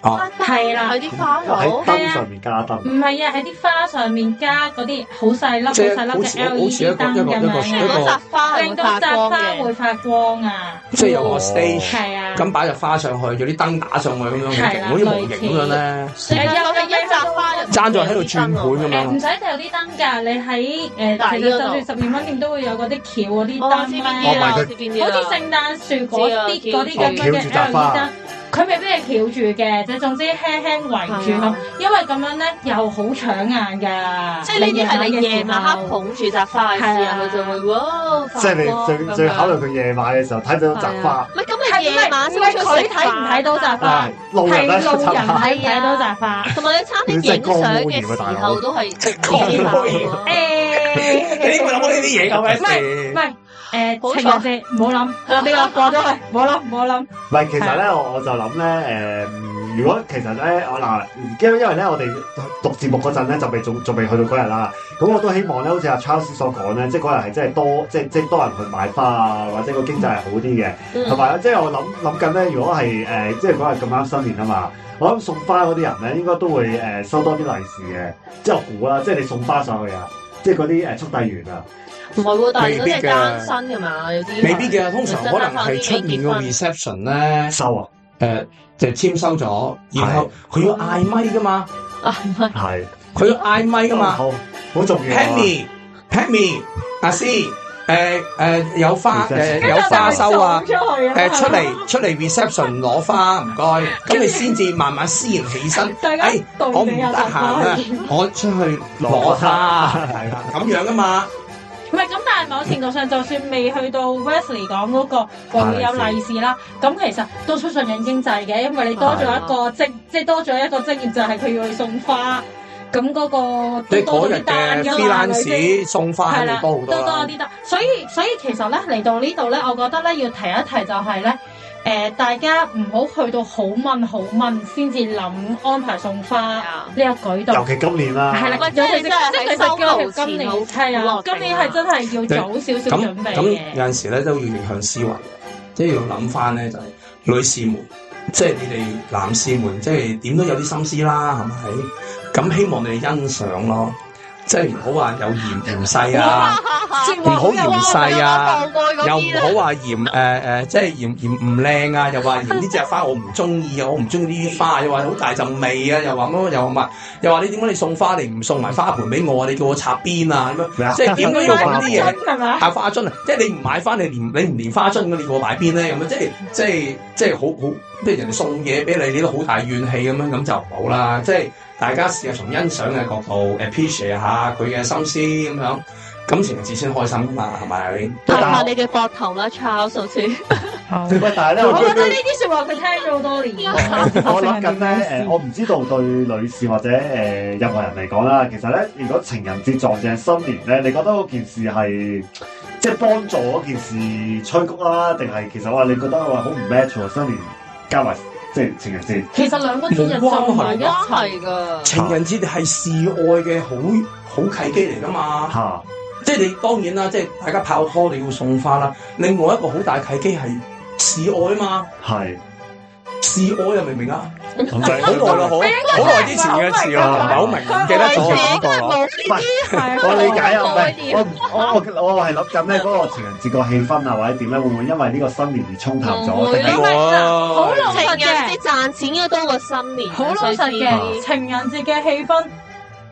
Speaker 2: 啊，
Speaker 3: 係啦
Speaker 4: 喺啲花
Speaker 1: 喺
Speaker 4: 佬，
Speaker 1: 燈上面加燈
Speaker 3: 唔。係啊，喺啲花上面加嗰啲好細粒、好
Speaker 2: 即係
Speaker 3: 細粒
Speaker 2: 好似
Speaker 3: 嘅
Speaker 2: 好似一
Speaker 3: LED
Speaker 2: 個一
Speaker 3: 燈
Speaker 2: 個
Speaker 3: 咁
Speaker 2: 一
Speaker 3: 樣
Speaker 2: 個
Speaker 3: 啊，
Speaker 4: 嗰扎花
Speaker 3: 令到扎花會發光啊，
Speaker 2: 即係有個 stage
Speaker 3: 係啊。
Speaker 2: 咁擺隻花上去，有啲燈打上去咁樣，好
Speaker 3: 係
Speaker 2: 勁
Speaker 3: 啦
Speaker 2: 好似模型咁樣咧，
Speaker 4: 成日有係一扎花，
Speaker 2: 爭在喺度轉盤咁
Speaker 3: 誒唔
Speaker 2: 樣。
Speaker 3: 使掉啲燈㗎，你喺
Speaker 4: 大
Speaker 3: 誒其實
Speaker 4: 嗰度
Speaker 3: 就算十二蚊店都會有嗰啲橋嗰啲
Speaker 4: 我知
Speaker 3: 燈咧
Speaker 4: 邊啲，啦，
Speaker 1: 哦
Speaker 4: 我
Speaker 1: 咪佢
Speaker 4: 知邊啲啊
Speaker 3: 好
Speaker 4: 啦
Speaker 3: 似聖誕樹嗰啲嗰啲咁樣嘅
Speaker 1: 哦翹住扎花
Speaker 3: LED 燈，佢未必係翹住嘅，即係總之輕輕圍住
Speaker 4: 係
Speaker 3: 咁
Speaker 4: 啊，
Speaker 3: 因為咁樣咧又好搶眼㗎。
Speaker 4: 即係呢啲係你夜晚黑
Speaker 3: 嘅時候
Speaker 4: 捧住扎花嘅時候，
Speaker 3: 係啊
Speaker 4: 佢就會哇，
Speaker 1: 即係
Speaker 4: 發光
Speaker 1: 你
Speaker 4: 咁
Speaker 1: 最最
Speaker 4: 樣
Speaker 1: 考慮佢夜晚嘅時候睇到扎花，
Speaker 4: 唔係咁，你夜晚先
Speaker 3: 係唔係
Speaker 4: 出去
Speaker 3: 佢
Speaker 4: 食
Speaker 3: 睇唔
Speaker 4: 飯
Speaker 3: 睇到扎花
Speaker 1: 係路人咧
Speaker 3: 啊係路
Speaker 1: 扎
Speaker 3: 人
Speaker 1: 花，
Speaker 3: 睇睇到扎花。
Speaker 4: 同埋你餐廳影相嘅時候都係
Speaker 2: 即係講到
Speaker 3: 誒、你
Speaker 2: 你會諗到呢啲嘢嘅咩
Speaker 3: 唔係
Speaker 2: 事？
Speaker 3: 唔係
Speaker 4: 好
Speaker 3: 誒，
Speaker 4: 彩
Speaker 3: 情人節唔好諗，呢個過咗去，唔好諗，唔好諗。
Speaker 1: 唔係，其實咧，我我就諗咧，誒、如果其實咧，我嗱，因為因為咧，我哋錄節目嗰陣咧，就未仲仲未去到嗰日啦。咁我都希望咧，好似阿 Charles 所講咧，即係嗰日係真係多，即係即係多人去買花啊，或者個經濟係好啲嘅。
Speaker 4: 嗯
Speaker 1: 同埋即係我諗諗緊咧，如果係誒、即係嗰日咁啱新年啊嘛，我諗送花嗰啲人咧，應該都會誒、收多啲利是嘅。即係我估啦，即係你送花上去啊，即係嗰啲誒速遞員啊，
Speaker 4: 唔係喎，但係如果你係單身㗎嘛，有啲
Speaker 2: 未必嘅，通常可能係出面個 reception 咧，
Speaker 1: 收啊，
Speaker 2: 誒就簽收咗，然後佢要嗌咪噶嘛，
Speaker 4: 啊，唔係
Speaker 1: 係
Speaker 2: 佢要嗌咪噶嘛
Speaker 1: 好好重要啊。
Speaker 2: ，Pammy，Pammy，阿師，誒誒有花誒
Speaker 1: 跟
Speaker 2: 有花收啊
Speaker 3: 跟。住我就
Speaker 2: 誒出
Speaker 3: 送出去啊！
Speaker 2: 嚟出嚟 reception 攞花唔該，咁你先至慢慢私然起身。
Speaker 3: 大家
Speaker 2: 哎
Speaker 3: 道
Speaker 2: 我唔
Speaker 3: 理
Speaker 2: 得
Speaker 3: 啊
Speaker 2: 閒啊，我出去攞花，係
Speaker 1: 啊
Speaker 2: 啦，咁樣噶嘛。
Speaker 3: 唔係咁，但係某程度上，就算未去到 Wesley 講嗰個話會有利是啦，咁其實都促進緊經濟嘅，因為你多咗一個職，即係多咗一個職業就係佢要去送花，咁嗰個
Speaker 2: 即係
Speaker 3: 都
Speaker 2: 嗰
Speaker 3: 多咗
Speaker 2: 日
Speaker 3: 啲單
Speaker 2: 嘅
Speaker 3: 㗎嘛，係咪先
Speaker 2: freelance 送花
Speaker 3: 係
Speaker 2: 肯定
Speaker 3: 啦，
Speaker 2: 多好多
Speaker 3: 多
Speaker 2: 啦。
Speaker 3: 啲得。所以所以其實咧嚟到呢度咧，我覺得咧要提一提就係咧。誒、大家唔好去到好問好問先至諗安排送花呢
Speaker 4: 啊，
Speaker 3: 個舉動
Speaker 1: 尤，其今年啦，
Speaker 3: 係啦，
Speaker 4: 喂
Speaker 3: 尤其是
Speaker 4: 即係
Speaker 3: 即係
Speaker 4: 喺
Speaker 3: 其實
Speaker 4: 收
Speaker 3: 叫
Speaker 4: 樓
Speaker 3: 佢今年
Speaker 4: 前好
Speaker 3: 係
Speaker 4: 好
Speaker 3: 啊
Speaker 4: 落，定
Speaker 3: 今年係真係要早少少
Speaker 2: 咁
Speaker 3: 準備
Speaker 2: 咁有
Speaker 3: 嘅。
Speaker 2: 陣時咧都要逆向思維，即係要諗翻咧就係女士們，即係你哋男士們，即係點都有啲心思啦，係咪？咁希望你哋欣賞咯，即係唔好話有嫌嫌細啊。
Speaker 4: 唔
Speaker 2: 唔好嫌細啊又唔
Speaker 4: 又
Speaker 2: 好話嫌誒誒、呃即係嫌嫌唔靚啊！又話嫌呢只花我唔中意啊，我唔中意呢啲花，又話好大陣味啊，又話乜乜又話乜，又話你點解你送花你唔送埋花盆俾我啊？你叫我插邊啊咁樣，
Speaker 1: 咩啊
Speaker 2: 即係點都要揾啲嘢。
Speaker 3: 係咪啊？
Speaker 2: 係花樽啊！即係你唔買翻，你連你唔連花樽嘅，你叫我買邊咧？咁樣即係即係即係好好，即係人哋送嘢俾你，你都好大怨氣咁樣，咁就唔好啦。即係大家試下從欣賞嘅角度 appreciate 下佢嘅心思咁樣，咁情人節先開心噶嘛，係咪？
Speaker 4: 拍下你嘅膊頭啦，Charles 好似
Speaker 1: 喂，但係咧，
Speaker 3: 我覺
Speaker 1: 我
Speaker 3: 得呢啲説話佢聽咗好多年喎。
Speaker 1: 我諗緊咧，誒，我唔知道對女士或者誒、任何人嚟講啦，其實咧，如果情人節撞正新年咧，你覺得嗰件事係即係幫助嗰件事吹谷啦，定係其實哇，你覺得話好唔 match 喎？新年加埋即係情人節，
Speaker 3: 其實兩個節日撞埋一齊，
Speaker 4: 係噶，
Speaker 2: 情人節係示愛嘅好好契機嚟噶嘛，
Speaker 1: 嚇、
Speaker 2: 即係你當然啦，即係大家拍拖你要送花啦。另外一個好大契機係示愛啊嘛，
Speaker 1: 係
Speaker 2: 示愛啊，明唔明啊？
Speaker 1: 咁就係
Speaker 2: 好耐啦，好好耐之前嘅事啊啦，唔係好明，
Speaker 3: 哎
Speaker 4: 啊
Speaker 2: 唔記得咗我講過啦。
Speaker 3: 係
Speaker 4: 冇
Speaker 1: 我理解啊，
Speaker 4: 我
Speaker 1: 唔係
Speaker 4: 冇
Speaker 1: 我我我我係諗緊咧嗰個情人節個氣氛啊，或者點咧，會唔會因為呢個新年而沖淡
Speaker 4: 唔
Speaker 1: 咗？
Speaker 2: 啊
Speaker 4: 會
Speaker 1: 定係
Speaker 4: 啦
Speaker 3: 好老
Speaker 4: 情
Speaker 3: 實
Speaker 4: 人
Speaker 3: 嘅
Speaker 4: 節，賺錢應該多過新年，
Speaker 3: 好老實
Speaker 4: 啊
Speaker 3: 嘅情人節嘅氣氛。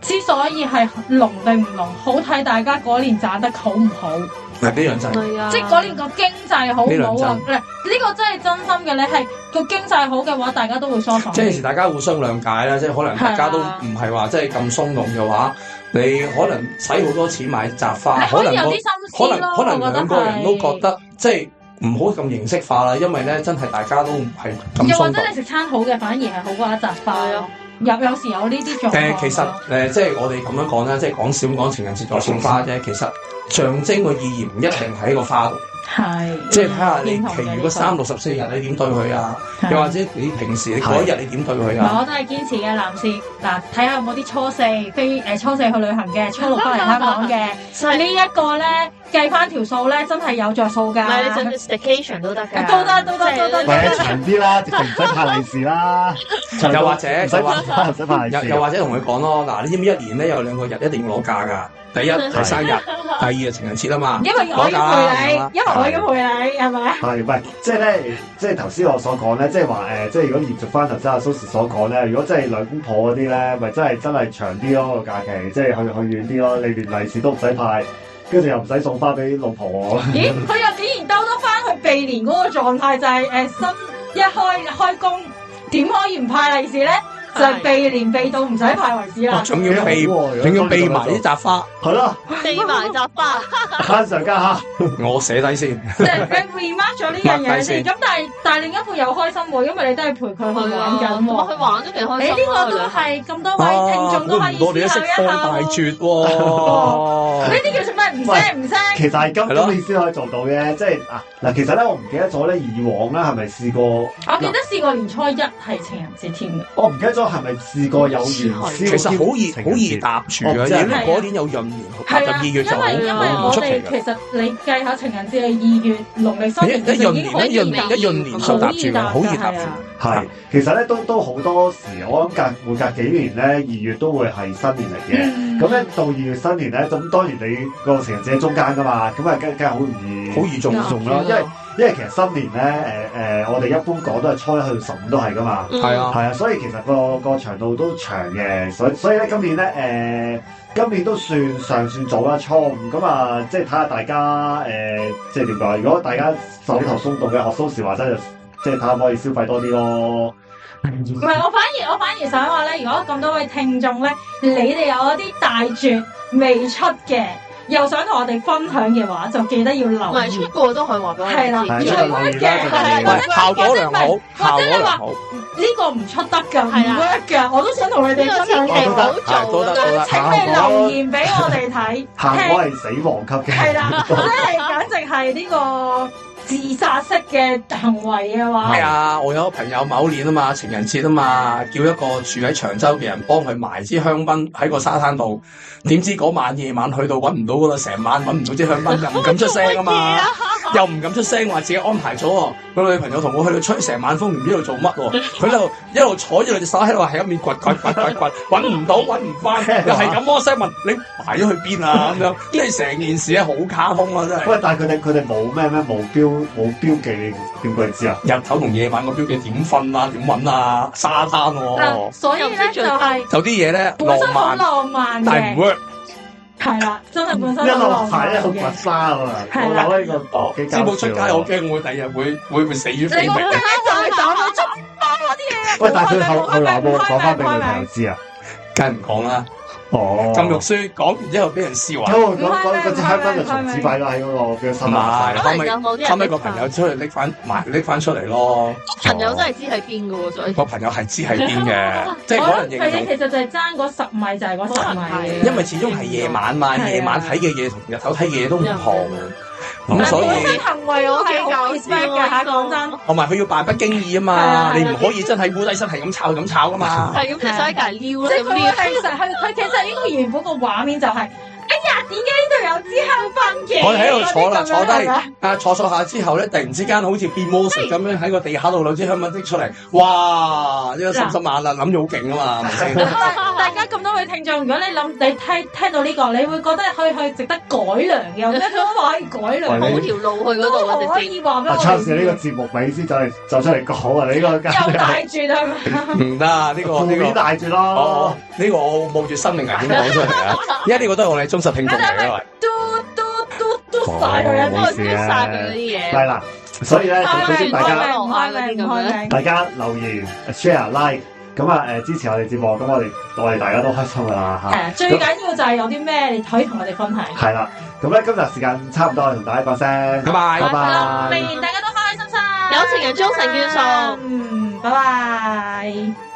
Speaker 3: 之所以係濃定唔濃，好睇大家嗰年賺得好唔好，
Speaker 2: 嗱，呢樣就係
Speaker 4: 係啊，
Speaker 3: 即係嗰年個經濟好唔好啊？嗱呢個真係真心嘅，你係個經濟好嘅話，大家都會疏爽。
Speaker 2: 即係有時大家互相諒解啦，即係可啊能大家都唔係話即係咁鬆動嘅話，你可能使好多錢買雜花，
Speaker 3: 你
Speaker 2: 啊可
Speaker 3: 可
Speaker 2: 能
Speaker 3: 以有
Speaker 2: 我
Speaker 3: 啲心
Speaker 2: 可
Speaker 3: 思
Speaker 2: 能
Speaker 3: 咯，
Speaker 2: 可能
Speaker 3: 我覺得
Speaker 2: 兩個人都覺
Speaker 3: 係。
Speaker 2: 得即係唔好咁形式化啦，因為咧真係大家都唔係咁
Speaker 3: 又或
Speaker 2: 鬆動
Speaker 3: 者。你食餐好嘅，反而係好過一紮花
Speaker 4: 係
Speaker 3: 咯
Speaker 4: 啊。
Speaker 3: 有有時有呢啲狀況
Speaker 2: 誒、
Speaker 3: 咯。
Speaker 2: 其實誒、即係我哋咁樣講啦，即係講少講情人節再送花啫。其實象徵個意義唔一定喺個花度，
Speaker 3: 係，
Speaker 2: 即係睇下你
Speaker 3: 嗯認同嘅
Speaker 2: 其
Speaker 3: 呢
Speaker 2: 餘
Speaker 3: 個
Speaker 2: 嗰三六十四日你點對佢啊，
Speaker 3: 係
Speaker 2: 又或者你平時你嗰一日你點對佢
Speaker 3: 嗱，
Speaker 2: 啊？
Speaker 3: 我都係堅持嘅男士。嗱，睇下有冇啲初四飛誒初四去旅行嘅，初六翻嚟香港嘅。
Speaker 4: 係
Speaker 3: 呢一個咧計翻條數咧，真係有着數㗎。
Speaker 4: 唔係你就算 station 都得㗎，
Speaker 3: 啊都得都得都得
Speaker 1: 或者長啲啦，直情唔使派利是啦，
Speaker 2: 又或者
Speaker 1: 唔使派唔使
Speaker 3: 哦
Speaker 1: 派利
Speaker 2: 又
Speaker 1: 是，
Speaker 2: 又或者同佢講咯，嗱，你知唔知一年咧有兩個日一定要攞假㗎？第一係 生日，第二係情人節啊嘛。
Speaker 3: 因為我已經陪你，因為我已經陪你，係咪？
Speaker 1: 係，喂，即係咧，即係頭先我所講咧，即係話誒，即係如果延續翻頭先阿 Susie 所講咧，如果真係兩公婆嗰啲咧，咪真係真係長啲咯個假期，即係去去遠啲咯，你連利是都唔使派，跟住又唔使送花俾老婆，
Speaker 3: 咦，佢又竟然兜得翻去避年嗰個狀態，就係、誒、新一開開工點可以唔派利是咧？就係避年避到唔使派為止
Speaker 2: 我
Speaker 3: 啦。
Speaker 2: 哦仲要避，
Speaker 1: 幾好喎如果
Speaker 2: 仲要避埋啲扎花，
Speaker 1: 係咯，
Speaker 4: 地埋雜花，
Speaker 1: 慳上加慳。
Speaker 2: 我寫低先。
Speaker 3: 即係你 remark 咗呢樣嘢先。咁但係但係另一半又開心喎，因為你都係陪佢去玩緊
Speaker 4: 我去
Speaker 3: 喎。
Speaker 4: 玩都幾
Speaker 3: 誒
Speaker 4: 開心啊。
Speaker 3: 呢個都
Speaker 4: 佢兩個
Speaker 3: 係咁多位聽眾都可以
Speaker 2: 我哋一
Speaker 3: 思
Speaker 2: 識
Speaker 3: 考
Speaker 2: 放
Speaker 3: 一下
Speaker 2: 大
Speaker 3: 喎。
Speaker 2: 絕喎
Speaker 3: 呢。啲叫做咩？唔聲唔聲。
Speaker 1: 其實係今
Speaker 2: 係咯
Speaker 1: 咁你先可以做到嘅，即係啊嗱，其實咧我唔記得咗咧，以往咧係咪試過？
Speaker 3: 我記得試過年初一係情人節添嘅。
Speaker 1: 我唔記得咗係咪試過有元宵？
Speaker 2: 其實好易好易搭住
Speaker 1: 哦
Speaker 2: 嘅，
Speaker 1: 真係
Speaker 2: 因為嗰年有闰年，踏入
Speaker 3: 係啊，
Speaker 2: 二
Speaker 3: 因
Speaker 2: 月
Speaker 3: 為
Speaker 2: 就好
Speaker 3: 因為
Speaker 2: 好唔
Speaker 3: 我
Speaker 2: 出奇
Speaker 3: 哋
Speaker 2: 嘅。
Speaker 3: 其實你計下情人節係二月農曆新
Speaker 2: 一
Speaker 3: 年
Speaker 2: 一
Speaker 3: 就
Speaker 2: 闰
Speaker 3: 已經好
Speaker 2: 年，
Speaker 3: 易
Speaker 2: 一闰
Speaker 3: 搭
Speaker 2: 年，一闰年
Speaker 4: 好
Speaker 2: 就
Speaker 4: 易
Speaker 2: 搭住嘅，好易搭
Speaker 3: 㗎
Speaker 2: 住
Speaker 3: 係。啊
Speaker 1: 係，其實咧都都好多時，我諗隔每隔幾年咧，二月都會係新年嚟
Speaker 2: 嗯
Speaker 1: 嘅。咁咧、到二月新年咧，咁當然你個情人節喺中間噶嘛，咁啊梗梗係好容易，
Speaker 2: 好易中
Speaker 1: 好重啦。因為因為其實新年咧，誒、呃、我哋一般講都係初一去到十五都係噶嘛。
Speaker 4: 嗯
Speaker 2: 係啊，
Speaker 1: 係啊，所以其實個個長度都長嘅，所以所以咧今年咧誒、呃今年都算尚算早啦，初五咁啊，即係睇下大家誒、呃即係點講？如果大家手頭鬆動嘅，學蘇時話齋就即係睇下可唔可以消費多啲咯。
Speaker 3: 唔係，我反而我反而想話咧，如果咁多位聽眾咧，你哋有一啲大絕未出嘅，又想同我哋分享嘅話，就記得要
Speaker 4: 唔
Speaker 3: 留
Speaker 4: 係
Speaker 3: 意
Speaker 4: 出。過都可以話俾我
Speaker 3: 係
Speaker 4: 哋
Speaker 3: 啦，
Speaker 4: 知。
Speaker 1: 係
Speaker 3: 最
Speaker 1: 出
Speaker 3: 屈
Speaker 1: 得留意啦出
Speaker 3: 嘅
Speaker 1: 得留意啦
Speaker 2: 喂，效
Speaker 3: 係啦
Speaker 2: 果良好效
Speaker 3: 或者，
Speaker 2: 果
Speaker 3: 或者你話
Speaker 2: 良好，
Speaker 3: 呢個唔出得㗎，唔
Speaker 4: 係啊
Speaker 3: work 㗎，我都想同你哋
Speaker 4: 呢個
Speaker 3: 分
Speaker 4: 千
Speaker 3: 享
Speaker 4: 祈
Speaker 3: 嘅
Speaker 4: 唔
Speaker 3: 話。
Speaker 4: 好
Speaker 2: 都
Speaker 4: 做啦
Speaker 2: 得。都得
Speaker 3: 請你留言俾我哋睇，
Speaker 1: 行我係死亡級
Speaker 3: 係
Speaker 1: 嘅，
Speaker 3: 啦，即係簡直係呢個自殺式嘅行為嘅話
Speaker 2: 係，啊，我有個朋友某年啊嘛，情人節啊嘛，叫一個住喺長洲嘅人幫佢埋支香檳喺個沙灘度，點知嗰晚夜晚去到揾唔到嗰度，成晚揾唔到支香檳，又唔 敢出聲啊嘛，又唔敢出聲話自己安排咗喎。個女朋友同我去到吹成晚風，唔知喺度做乜喎，佢喺度一路坐住兩隻手喺度係咁面掘掘掘掘掘，揾唔到揾唔翻，又係咁摩西問你埋咗去邊啊咁樣，跟住成件事咧好卡風啊真係。
Speaker 1: 喂，但係佢哋佢哋冇咩咩冇標冇標記，點鬼知啊？
Speaker 2: 日頭同夜晚個標記點瞓啊？點揾啊？沙灘喎、
Speaker 3: 嗱，所以咧就係
Speaker 2: 有啲嘢咧
Speaker 3: 本身
Speaker 2: 浪
Speaker 3: 好
Speaker 2: 漫，
Speaker 3: 浪漫
Speaker 2: 但係唔
Speaker 3: 嘅，
Speaker 2: work。
Speaker 3: 係啦，真係本
Speaker 1: 一
Speaker 3: 身好
Speaker 1: 路
Speaker 3: 浪
Speaker 1: 行
Speaker 3: 漫
Speaker 1: 一路掘
Speaker 3: 嘅。
Speaker 1: 沙啊！
Speaker 3: 係啦
Speaker 1: 我諗呢個幾搞
Speaker 2: 知
Speaker 1: 笑
Speaker 2: 冇哦出街，
Speaker 1: 啊
Speaker 2: 我驚我第日會會會死於非
Speaker 3: 你個
Speaker 2: 命
Speaker 3: 妹。咧就係打到出包嗰啲嘢啊！
Speaker 1: 喂，但係佢後後
Speaker 3: 開
Speaker 1: 來
Speaker 3: 名
Speaker 1: 有冇講翻俾
Speaker 3: 開
Speaker 1: 女
Speaker 3: 名
Speaker 1: 朋友知啊？
Speaker 2: 梗係唔講啦，
Speaker 1: 哦，
Speaker 2: 咁肉酸講完之後俾人笑啊！
Speaker 1: 咁嗰嗰嗰隻香檳就從此擺咗喺嗰個叫
Speaker 2: 同
Speaker 1: 心下
Speaker 2: 埋
Speaker 1: 曬。
Speaker 2: 後
Speaker 4: 可能
Speaker 2: 尾
Speaker 4: 有冇啲人啊
Speaker 2: 後尾個朋友出去拎翻埋拎翻出嚟咯。
Speaker 4: 朋友真係知係邊嘅喎，所以
Speaker 2: 個朋友係知係邊嘅，即係
Speaker 3: 我
Speaker 2: 可能
Speaker 3: 諗佢
Speaker 2: 形容，
Speaker 3: 哋其實就係爭嗰十米就係嗰十米嘅，啊
Speaker 2: 因為始終係夜晚嘛，
Speaker 3: 係啊啊
Speaker 2: 夜晚睇嘅嘢同日頭睇嘅嘢都唔同，咁
Speaker 3: 但係
Speaker 2: 所以
Speaker 3: 本。身行為我係好 respect 嘅嚇，講真。
Speaker 2: 同埋佢要扮不經意啊
Speaker 3: 係啊
Speaker 2: 嘛，
Speaker 3: 係
Speaker 2: 你
Speaker 3: 啊
Speaker 2: 唔可以真喺烏低身係咁炒咁炒噶嘛。
Speaker 4: 係咁，你所以隔離撩
Speaker 3: 即係佢
Speaker 4: 啦，
Speaker 3: 會
Speaker 4: 撩
Speaker 3: 係實係佢其實應該原本個畫面就係、哎呀，點解呢度有支香檳嘅？
Speaker 2: 我哋喺度坐啦，
Speaker 3: 嗰啲咁樣
Speaker 2: 坐
Speaker 3: 係咪
Speaker 2: 低啊，坐坐下之後咧，突然之間好似變魔術咁樣喺個地下度攞支香檳滴出嚟，哇！呢個心心眼啦，諗住好勁啊嘛，係咪先？
Speaker 3: 大家咁多位聽眾，如果你諗你聽聽到呢、個，你會覺得去去值得改良嘅，有咩方法可以改良？
Speaker 4: 好條路去嗰度
Speaker 3: 都
Speaker 4: 啊，
Speaker 3: 可
Speaker 4: 直接。
Speaker 3: 以話俾我
Speaker 1: 阿 Charles 呢個
Speaker 3: 哋知。
Speaker 1: 節目尾先走嚟走出嚟講啊！你呢個
Speaker 3: 又大絕係咪？
Speaker 2: 唔得啊！呢 個
Speaker 1: 負
Speaker 2: 呢
Speaker 1: 面
Speaker 2: 個，
Speaker 1: 大住
Speaker 2: 哦
Speaker 1: 咯，，
Speaker 2: 呢個我冒住生命危險講出嚟啊！因為呢個都係我哋忠實聽眾嚟嘅，
Speaker 3: 嘟嘟嘟嘟晒佢一
Speaker 4: 我
Speaker 3: 個
Speaker 2: 啊
Speaker 4: 係識晒佢嗰啲嘢，
Speaker 1: 係啦，所以咧，首
Speaker 3: 開
Speaker 1: 先
Speaker 3: 名
Speaker 1: 大家
Speaker 3: 開名唔開名唔開名。
Speaker 1: 大家留言 share like，咁啊誒支持我哋節目，咁我哋我哋大家都開心噶啦嚇。
Speaker 3: 係最緊要就係有啲咩你可以同我哋分享。
Speaker 1: 係啦，咁咧今日時間差唔多，同大家講聲
Speaker 2: 拜，拜。
Speaker 1: 拜拜
Speaker 3: 祝。大家都開開心心，
Speaker 4: 有情人終成眷屬
Speaker 3: 嗯，拜拜。